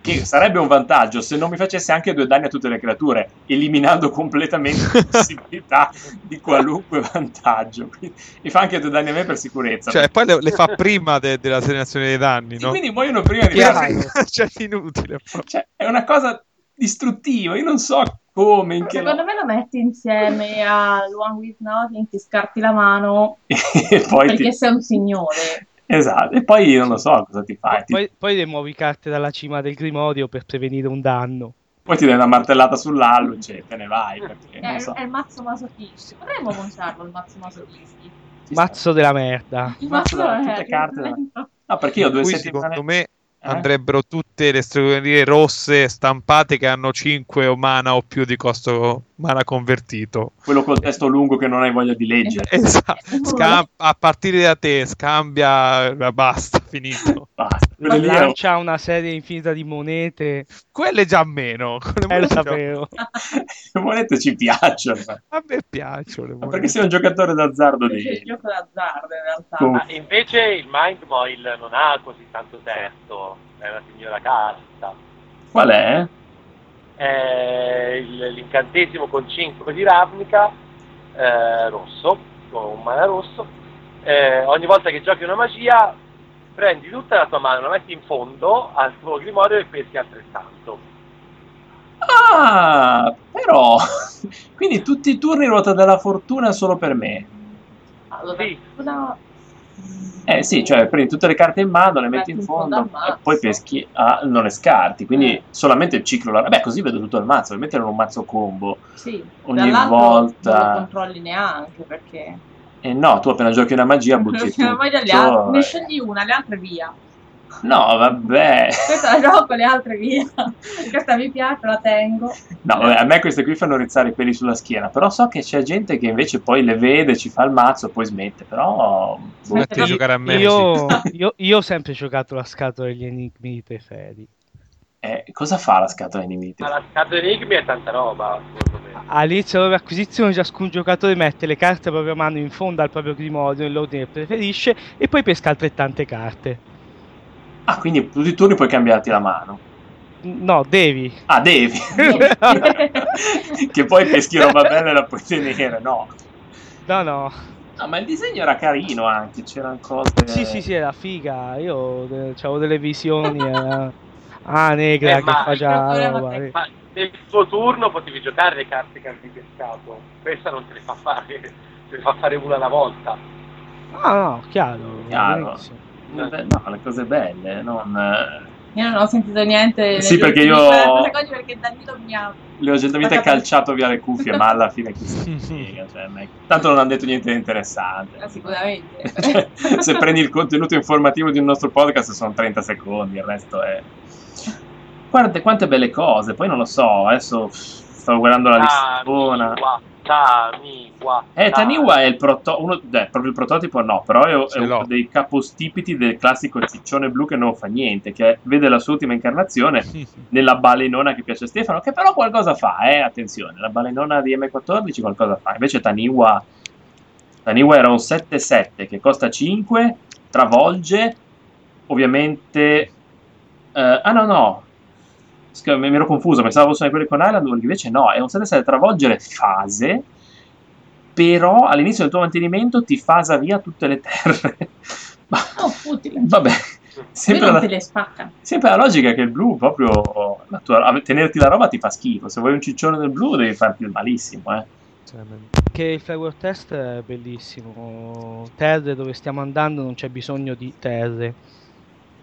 che sarebbe un vantaggio se non mi facesse anche due danni a tutte le creature, eliminando completamente
<laughs>
la possibilità di qualunque vantaggio. Quindi- e fa anche due danni a me per sicurezza.
Cioè, poi le, le fa prima de- della segnalazione dei danni,
E
no?
quindi muoiono prima di
Chiaro.
arrivare- <laughs>
cioè, inutile.
Cioè, è una cosa distruttiva, io non so come, in che...
Secondo me lo metti insieme a One With Nothing, ti scarti la mano
<laughs> e poi
perché
ti-
sei un signore.
Esatto, e poi non lo so cosa ti fai. Ti-
Poi, poi le muovi carte dalla cima del Grimorio per prevenire un danno.
Poi ti dai una martellata sull'allu e te ne vai. Perché, <laughs> non
È,
so,
è il mazzo masochisti. Potremmo montarlo il mazzo masochisti.
ci sta.
Mazzo della merda.
Il
mazzo da-
non è-
tutte carte da-
non
No, perché io due
Qui,
settimane...
secondo me,
Eh?
andrebbero tutte le stregonerie rosse stampate che hanno 5 o mana o più di costo mana convertito. <laughs>
Quello col testo lungo che non hai voglia di leggere.
Esatto.
è-
Scam- a partire da te, scambia, eh, basta,
<laughs>
finito.
Basta. Quello lì è-
Lancia una serie infinita di monete.
Quelle già meno. Quelle
Eh, lo
già-
sapevo.
<laughs> le monete ci piacciono.
A me piacciono. le
ma
monete.
Perché sei un giocatore d'azzardo
C'è il
di...
gioco d'azzardo in realtà.
Comunque.
Ah, invece il Mind Moil non ha così tanto testo, è una signora carta.
Qual è?
È il- l'incantesimo con 5 di Ravnica, eh, rosso, con un mana rosso. Eh, ogni volta che giochi una magia, prendi tutta la tua mano, la metti in fondo al tuo grimorio e peschi altrettanto.
Ah, però... <laughs> Quindi tutti i turni ruota della fortuna solo per me.
Allora,
Sì.
una-
Eh sì, cioè prendi tutte le carte in mano, le metti in fondo
al mazzo.
e poi peschi, ah, non le scarti, quindi
Eh.
solamente il ciclo... Beh, così vedo tutto il mazzo, ovviamente era un mazzo combo.
Sì,
ogni
dall'altro
volta-
non lo controlli neanche perché
Eh,
<laughs>
E no, tu appena giochi una magia butti tutto.
ormai dalle altre, ne scegli una, le altre via.
No, vabbè. <laughs>
Questa la gioco con le altre via. <laughs> Questa mi piace, la tengo.
No, vabbè, a me queste qui fanno rizzare i peli sulla schiena, però so che c'è gente che invece poi le vede, ci fa il mazzo, poi smette, però... boh.
Smette
Metti a
Io-
giocare a me.
Io, io, io ho sempre giocato la scatola degli enigmi preferi.
Eh, cosa fa la scatola di Nimitti?
Ma la scatola enigmi è tanta roba, secondo me.
All'inizio della acquisizione ciascun giocatore mette le carte a propria mano in fondo al proprio grimorio nell'ordine che preferisce e poi pesca altrettante carte.
Ah, quindi tutti i turni puoi cambiarti la mano.
No, devi.
Ah, devi. <laughs> che poi peschi roba bella e la puoi tenere, no.
No, no.
No, ma il disegno era carino anche, c'erano cose...
Sì, sì, sì, era figa. Io eh, avevo delle visioni. era- Ah, negra
Eh,
che
ma-
fa già
il
la
problema
roba.
è che-
eh.
Ma nel suo turno potevi giocare le carte che avevi pescato. Questa non te le fa fare, <laughs> te le fa fare una alla volta.
No, no, chiaro.
Chiaro.
benissimo.
Vabbè, No, le cose belle, non... eh,
Io non ho sentito niente.
Sì, perché io-
Secondi perché Danilo mi ha.
Le ho gentilmente calciato via le cuffie, ma alla fine chi
<laughs>
se ne frega, cioè, ma- tanto non hanno detto niente di interessante. <laughs>
Ah, Sicuramente.
Cioè, <laughs> se
<laughs>
prendi il contenuto informativo di un nostro podcast sono 30 secondi, il resto è... Guarda quante belle cose, poi non lo so, adesso pff, stavo guardando la
Ah,
listona.
Taniwa, Taniwa.
Eh, Taniwa è il proto- uno, eh, proprio il prototipo no, però è,
Ce
è uno
l'ho.
dei capostipiti del classico ciccione blu che non fa niente, che vede la sua ultima incarnazione nella balenona che piace a Stefano, che però qualcosa fa, eh, attenzione, la balenona di M14 qualcosa fa, invece Taniwa, Taniwa era un 7-7 che costa 5, travolge, ovviamente... eh, ah no no, Scusa, mi mi ero confuso, pensavo fossero quelli con Island, World, invece no, è un 7-7 travolgere fase, però all'inizio del tuo mantenimento ti fasa via tutte le terre. <laughs> Ma-
Oh, utile.
Vabbè,
Lui
sempre
non
la,
te le spacca.
sempre la logica che il blu proprio la tua- a- tenerti la roba ti fa schifo. Se vuoi un ciccione del blu devi farti il malissimo, eh.
Cioè, Che il flower test è bellissimo. Terre dove stiamo andando non c'è bisogno di terre.
<laughs>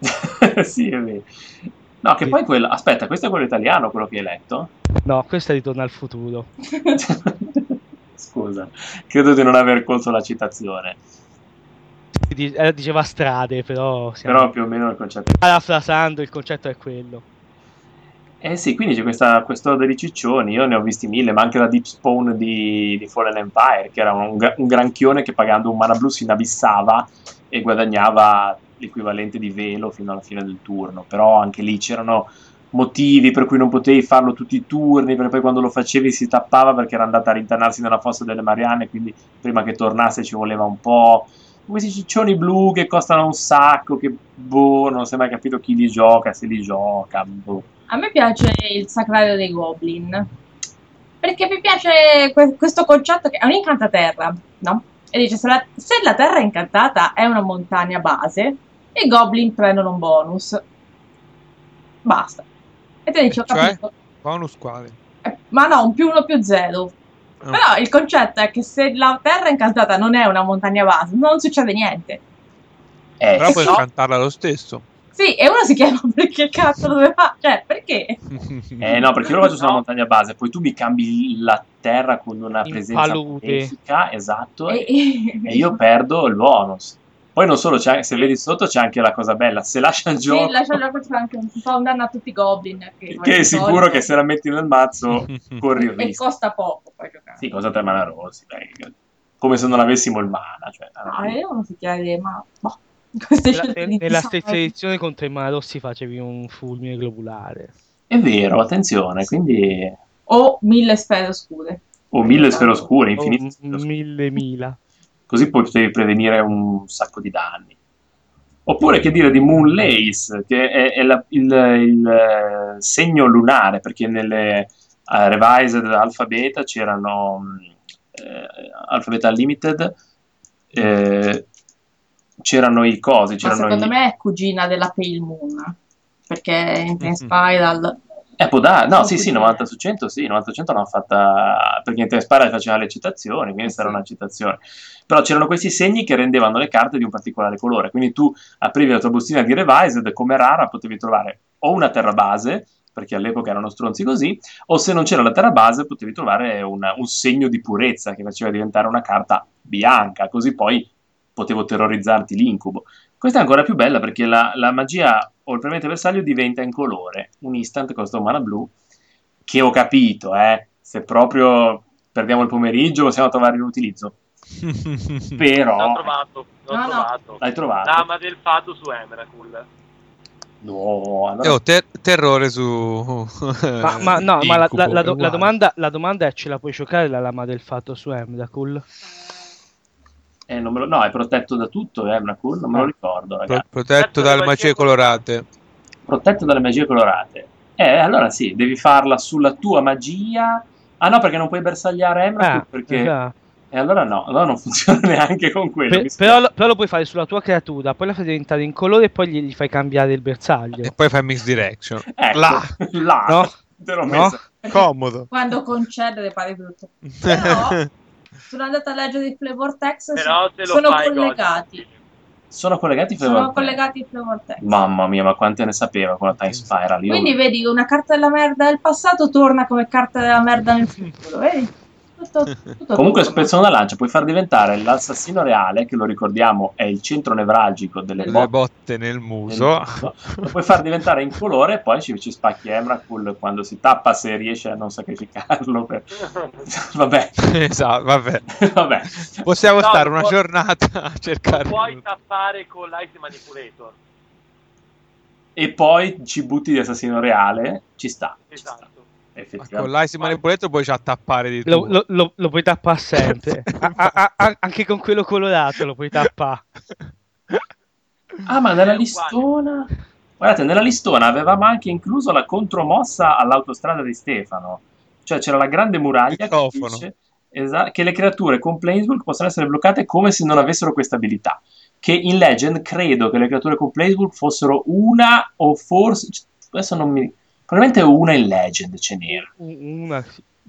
sì, è vero. No, che
Sì.
poi quello aspetta, questo è quello italiano, quello che hai letto?
No, questa ritorna al futuro.
Scusa, credo di non aver colto la citazione,
Di- eh, Diceva strade, però. siamo-
però più o meno il concetto
Parafrasando, il concetto è quello.
Eh sì, quindi c'è questa quest'ora dei ciccioni, io ne ho visti mille, ma anche la Deep Spawn di, di Fallen Empire, che era un, gra- un granchione che pagando un mana blu si inabissava e guadagnava l'equivalente di velo fino alla fine del turno, però anche lì c'erano motivi per cui non potevi farlo tutti i turni, perché poi quando lo facevi si tappava perché era andata a rintanarsi nella fossa delle Marianne, quindi prima che tornasse ci voleva un po'. Questi ciccioni blu che costano un sacco, che boh, non si è mai capito chi li gioca, se li gioca, boh.
A me piace il sacrario dei goblin. Perché mi piace que- questo concetto che è un'incantaterra, no? E dice: se la, se la terra incantata è una montagna base, i goblin prendono un bonus. Basta. E te dici: Ho
Cioè?
capito.
Bonus quale?
Eh, Ma no, un più uno più zero.
Ah.
Però il concetto è che se la terra incantata non è una montagna base, non succede niente.
Eh,
Però puoi
no.
cantarla lo stesso.
Sì, e uno si chiama <laughs> perché cazzo lo deve fare? Cioè, perché?
Eh no, perché io lo faccio sulla
No.
montagna base, poi tu mi cambi la terra con una
In
presenza
palude.
benefica, esatto,
E-
e, e io perdo il bonus. Poi non solo, c'è, se vedi sotto c'è anche la cosa bella, se lascia il
Sì,
gioco,
lasciarlo a questo anche un po' un danno a tutti i goblin. eh,
<laughs>
Che,
che è sicuro che se la metti nel mazzo corri il
E
rischio.
costa poco poi giocare.
Sì, cosa tre mana rossi, dai, come se non avessimo il mana. Cioè, alla
No,
fine.
Ah, io non si chiede, ma boh, <laughs> queste
Nella-
scelte di
nella
design.
stessa edizione contro i Malossi facevi un fulmine globulare.
È vero, attenzione, quindi...
O mille sfere oscure.
O mille sfere oscure, infinite
O
sfere oscure.
mille mila.
così poi potevi prevenire un sacco di danni. Oppure che dire di Moon Lace, che è, è la- il, il, eh, segno lunare, perché nelle eh, revised Alpha Beta c'erano mh, eh, Alpha Beta Limited, eh, c'erano i cosi,
Ma
c'erano
secondo
i...
me è cugina della Pale Moon. Perché in
Mm-hmm.
Ten Spiral
Eh, può dare, no,
Non
sì, sì,
cugine.
90 su 100, sì, 90 su 100 l'hanno fatta perché in Spara faceva le citazioni, quindi sarà una citazione. Però c'erano questi segni che rendevano le carte di un particolare colore, quindi tu aprivi la tua bustina di Revised, come rara potevi trovare o una terra base, perché all'epoca erano stronzi così, o se non c'era la terra base potevi trovare una- un segno di purezza che faceva diventare una carta bianca, così poi potevo terrorizzarti l'incubo. Questa è ancora più bella perché la, la magia o il premete bersaglio diventa in colore. Un instant costa un mana blu. Che ho capito, eh. Se proprio perdiamo il pomeriggio possiamo trovare l'inutilizzo.
Mm.
L'ho
Però...
trovato, l'ho
No, no.
trovato.
L'hai trovato?
Lama del fato su Emrakul.
No, allora...
Eh, oh, ter- terrore su.
Eh,
Ma, ma no, ma la,
Incubo,
la- la do- la
è uguale.
domanda, la domanda è: ce la puoi giocare la lama del fatto su
Ah,
Emdakul?
eh, non me lo- no, è protetto da tutto, eh, una cool, non me lo ricordo,
Pro-
ragazzi.
protetto dalle macie colorate.
Protetto dalle magie colorate. Eh, allora sì, devi farla sulla tua magia. Ah no, perché non puoi bersagliare Emrakul, perché...
ah.
E allora no, allora non <laughs> funziona neanche con quello.
Per-
mi spiace.
però, lo- però lo puoi fare sulla tua creatura, poi la fai diventare in colore e poi gli, gli fai cambiare il bersaglio.
Eh,
E poi fai mix direction.
Ecco,
là.
là,
Eh, No?
te l'ho
No?
messa.
Comodo.
Quando concede le pari tutto. Però- Sono andata a leggere i flavor text.
Però te lo
sono
fai
collegati.
godi.
Sono collegati i
sono
flavor
collegati i flavor text.
text. Mamma mia, ma quante ne sapeva con la Time Spiral. Io...
Quindi vedi, una carta della merda del passato torna come carta della merda nel futuro. Vedi? Tutto,
<laughs>
tutto
Comunque,
torna.
spezzo una lancia, puoi far diventare l'assassino reale, che lo ricordiamo è il centro nevralgico delle
<laughs> Le
botte.
botte nel muso.
Lo puoi far diventare in colore e poi ci, ci spacchi Emrakul quando si tappa se riesce a non sacrificarlo. per- <laughs> vabbè, <laughs>
<laughs> esatto, vabbè.
vabbè.
Possiamo
No,
stare
non
una
puoi-
giornata a cercare.
Puoi tappare con l'Ice Manipulator.
E poi ci butti di assassino reale, ci sta. Ci sta.
Esatto.
Ma
Effettivamente.
Con l'ice manipoletto puoi già tappare di
Lo,
tutto.
lo- lo- lo puoi tappare
<laughs>
sempre, A- a- a- anche con quello colorato lo puoi tappare.
Ah, ma nella
È uguale.
listona. Guardate, nella listona avevamo anche incluso la contromossa all'autostrada di Stefano. Cioè c'era la grande muraglia che,
Microfono.
dice esa- che le creature con Planeswalk possono essere bloccate come se non avessero questa abilità. Che in Legend credo che le creature con Planeswalk fossero una o forse... Adesso non mi... Probabilmente una in Legend ce n'era.
Un- Una,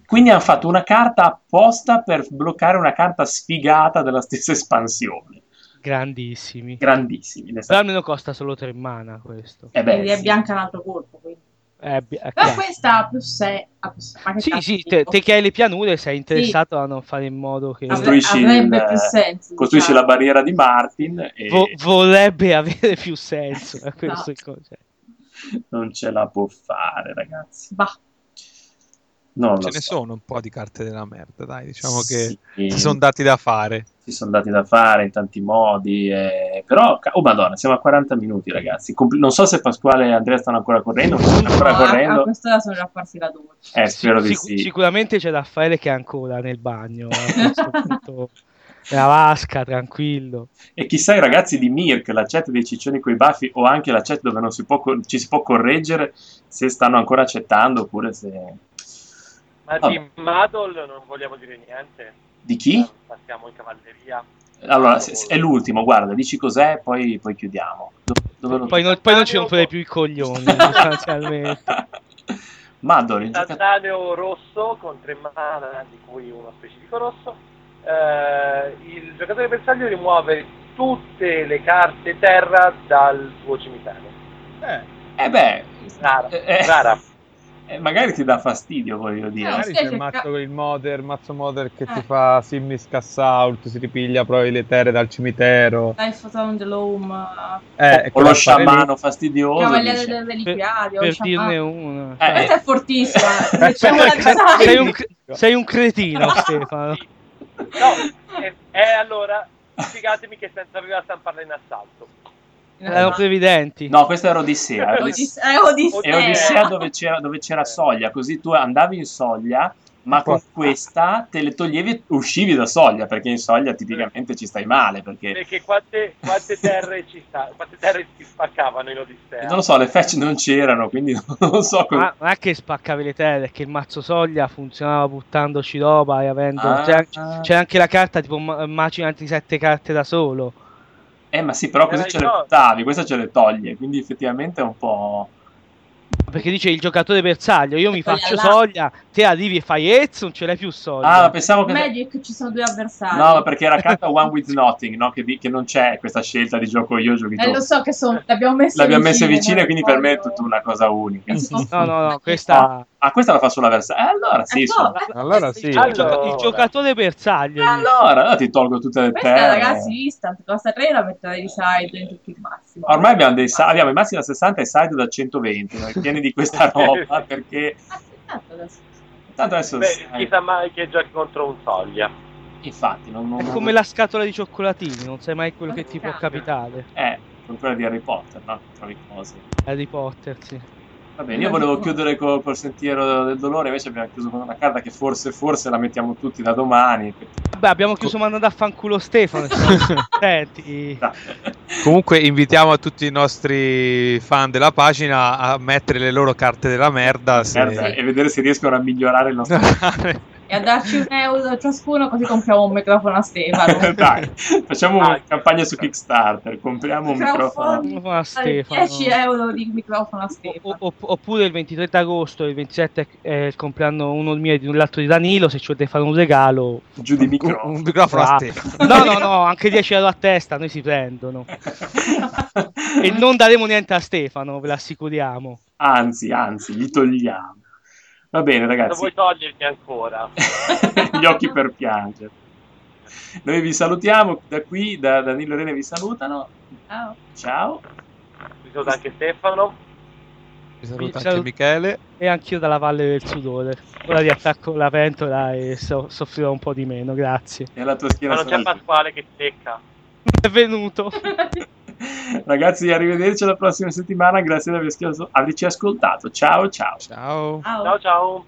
Quindi hanno fatto una carta apposta per bloccare una carta sfigata della stessa espansione.
grandissimi.
Grandissimi. ne
Però
sa-
almeno costa solo 3 mana questo.
Eh beh,
Quindi è
sì.
bianca un altro colpo. quindi.
Eh, bi-
Però
eh, chiaro.
questa ha più 6. Ma che
Sì,
ah,
cazzo
sì,
dico?
te, te che hai le pianure sei interessato a non fare in modo che...
Avre- Costruisci
avrebbe
il-
più senso.
costruisci
diciamo.
la barriera di Martin e
Boh.
Vo- vorrebbe avere più senso. è cioè, questo il concetto.
non ce la può fare, ragazzi.
Bah,
Non lo
Ce ne
so.
sono un po' di carte della merda, dai, diciamo che
Sì,
si sono dati da fare.
si sono dati da fare in tanti modi, eh, però, ca- oh madonna, siamo a 40 minuti, ragazzi. Compl- non so se Pasquale e Andrea stanno ancora correndo, ma se stanno ancora
no, a, a
correndo,
quest'ora sono già a farsi la doccia.
eh, spero di
Sic-
sì.
Sicuramente c'è Raffaele che è ancora nel bagno. eh, a
<laughs>
questo punto. Nella vasca, tranquillo.
E chissà i ragazzi di Mirk, la chat dei ciccioni coi baffi, o anche la chat dove non si può co- ci si può correggere, se stanno ancora accettando oppure se...
Ma
Vabbè.
di Madol non vogliamo dire niente.
Di chi?
Passiamo in cavalleria.
Allora, se- se- è l'ultimo, guarda, dici cos'è, poi, poi chiudiamo. Do- dove lo- <laughs>
Poi non, poi non ci rompere più i coglioni, sostanzialmente.
Madonna, il giocatore-
Istantaneo rosso con tre mana, di cui uno specifico rosso. Eh, il giocatore bersaglio rimuove tutte le carte terra dal suo cimitero.
Eh beh,
Rara.
eh, eh,
Rara.
eh, magari ti dà fastidio, voglio dire.
Eh,
Magari
sì,
c'è il
cerca-
mazzo con il Mother, mazzo Mother che ti
Eh.
fa Simnis Cast Out, si ripiglia proprio le terre dal cimitero.
Life on the Loam,
Eh, e
o lo
quella fare lì.
sciamano fastidioso.
Cavaliere
dice.
del
Per,
Reliquiario.
per
sciamano.
dirne una.
Eh,
Questa è fortissima.
<laughs>
Eh,
Diciamo la
perché-
design.
sei, un, cre- sei
<laughs>
un cretino, Stefano.
Sì.
<laughs>
Eh.
No, e, e Eh, allora spiegatemi che senso aveva stamparla in assalto.
Erano previdenti.
No, questa era Odissea.
È
Era Odissea,
Odisse- è Odissea.
È Odissea dove, c'era, dove c'era Soglia, così tu andavi in Soglia, ma con questa te le toglievi e uscivi da Soglia, perché in Soglia tipicamente ci stai male, perché...
Perché quante, quante terre ci sta, quante terre si spaccavano in Odissea?
Non lo so, le fetch non c'erano, quindi <laughs> non so come...
Ma non è che spaccavi le terre, è che il mazzo soglia funzionava buttandoci roba e avendo.
Ah.
c'è, c'è anche la carta tipo ma- macinati sette carte da solo.
Eh, ma sì, però così
Eh,
ce le
no.
buttavi, questa ce le toglie, quindi effettivamente è un po'...
Perché dice il giocatore bersaglio, io mi
Quella
faccio
là.
soglia, te arrivi e fai Ezzo, non ce l'hai più soglia.
Ah, ma pensavo che...
Magic ci sono due avversari.
No, ma perché era accanto a One With Nothing, no? che, vi- che non c'è questa scelta di gioco io, giochi
Eh,
tu.
lo so che sono, l'abbiamo messa
L'abbiamo messa
vicine,
vicina,
non
quindi per me è
voglio-
tutta una cosa unica.
No, no,
<laughs>
no,
Ah,
questa...
ah, questa la fa sulla versa. Eh, allora sì,
Eh,
sono-
no,
Allora sì.
Il, gioca- il giocatore bersaglio. dice.
allora, allora ti tolgo tutte le
Questa,
terre.
ragazzi, instant, costa 3 la metterei di side in tutti il massimo.
Ormai abbiamo, dei, sa- abbiamo i massi da 60 e i side da 120, noi pieni di
<laughs>
questa roba, perché
Ah, sì, tanto adesso.
tanto adesso...
Beh, chissà mai che giochi contro un soglia.
Eh, Infatti, non, non-
È come la scatola di cioccolatini, non sai mai quello che ti può
Ah.
capitare.
Eh, con quella di Harry Potter, no? Trovi cose.
Harry Potter, sì.
Va bene, io volevo chiudere co- col sentiero del dolore, invece abbiamo chiuso con una carta che forse, forse la mettiamo tutti da domani.
Beh, abbiamo chiuso mandando a fanculo Stefano.
<laughs>
siamo contenti.
Comunque invitiamo a tutti i nostri fan della pagina a mettere le loro carte della merda. se-
Merda, E vedere se riescono a migliorare il
<laughs>
nostro...
E a darci un euro ciascuno così compriamo un microfono a
<laughs>
Stefano.
Dai, facciamo
Ah,
una campagna su Kickstarter, compriamo un microfono.
Crowdfunding.
Microfono a
Dai,
Stefano.
10
eh.
euro di microfono a
O-
Stefano.
o- oppure il 23 d'agosto e il 27 è il compleanno uno mio e di un l'altro di Danilo. Se ci volete fare un regalo,
Giù di
un,
microfono. <laughs>
un microfono Esatto. a
Ah.
te.
no, no, no, anche 10 euro a testa. Noi si prendono e non daremo niente a Stefano, ve l'assicuriamo.
Anzi, anzi, li togliamo. Va bene,
Lo
ragazzi.
vuoi toglierti ancora?
<laughs> gli occhi per piangere. Noi vi salutiamo da qui, da Danilo e Rene vi salutano.
Ciao.
Ciao.
Ci sono anche Stefano.
Mi saluta
Ciao.
anche Michele.
E anch'io dalla Valle del Sudore. Ora riattacco la pentola e so- soffrirò un po' di meno. Grazie.
E alla tua schiena
Ma non c'è
sarà lì.
Pasquale che secca.
Benvenuto.
Ragazzi, arrivederci alla prossima settimana. Grazie di averci ascoltato. Ciao ciao.
Ciao.
Ciao.
Ciao ciao.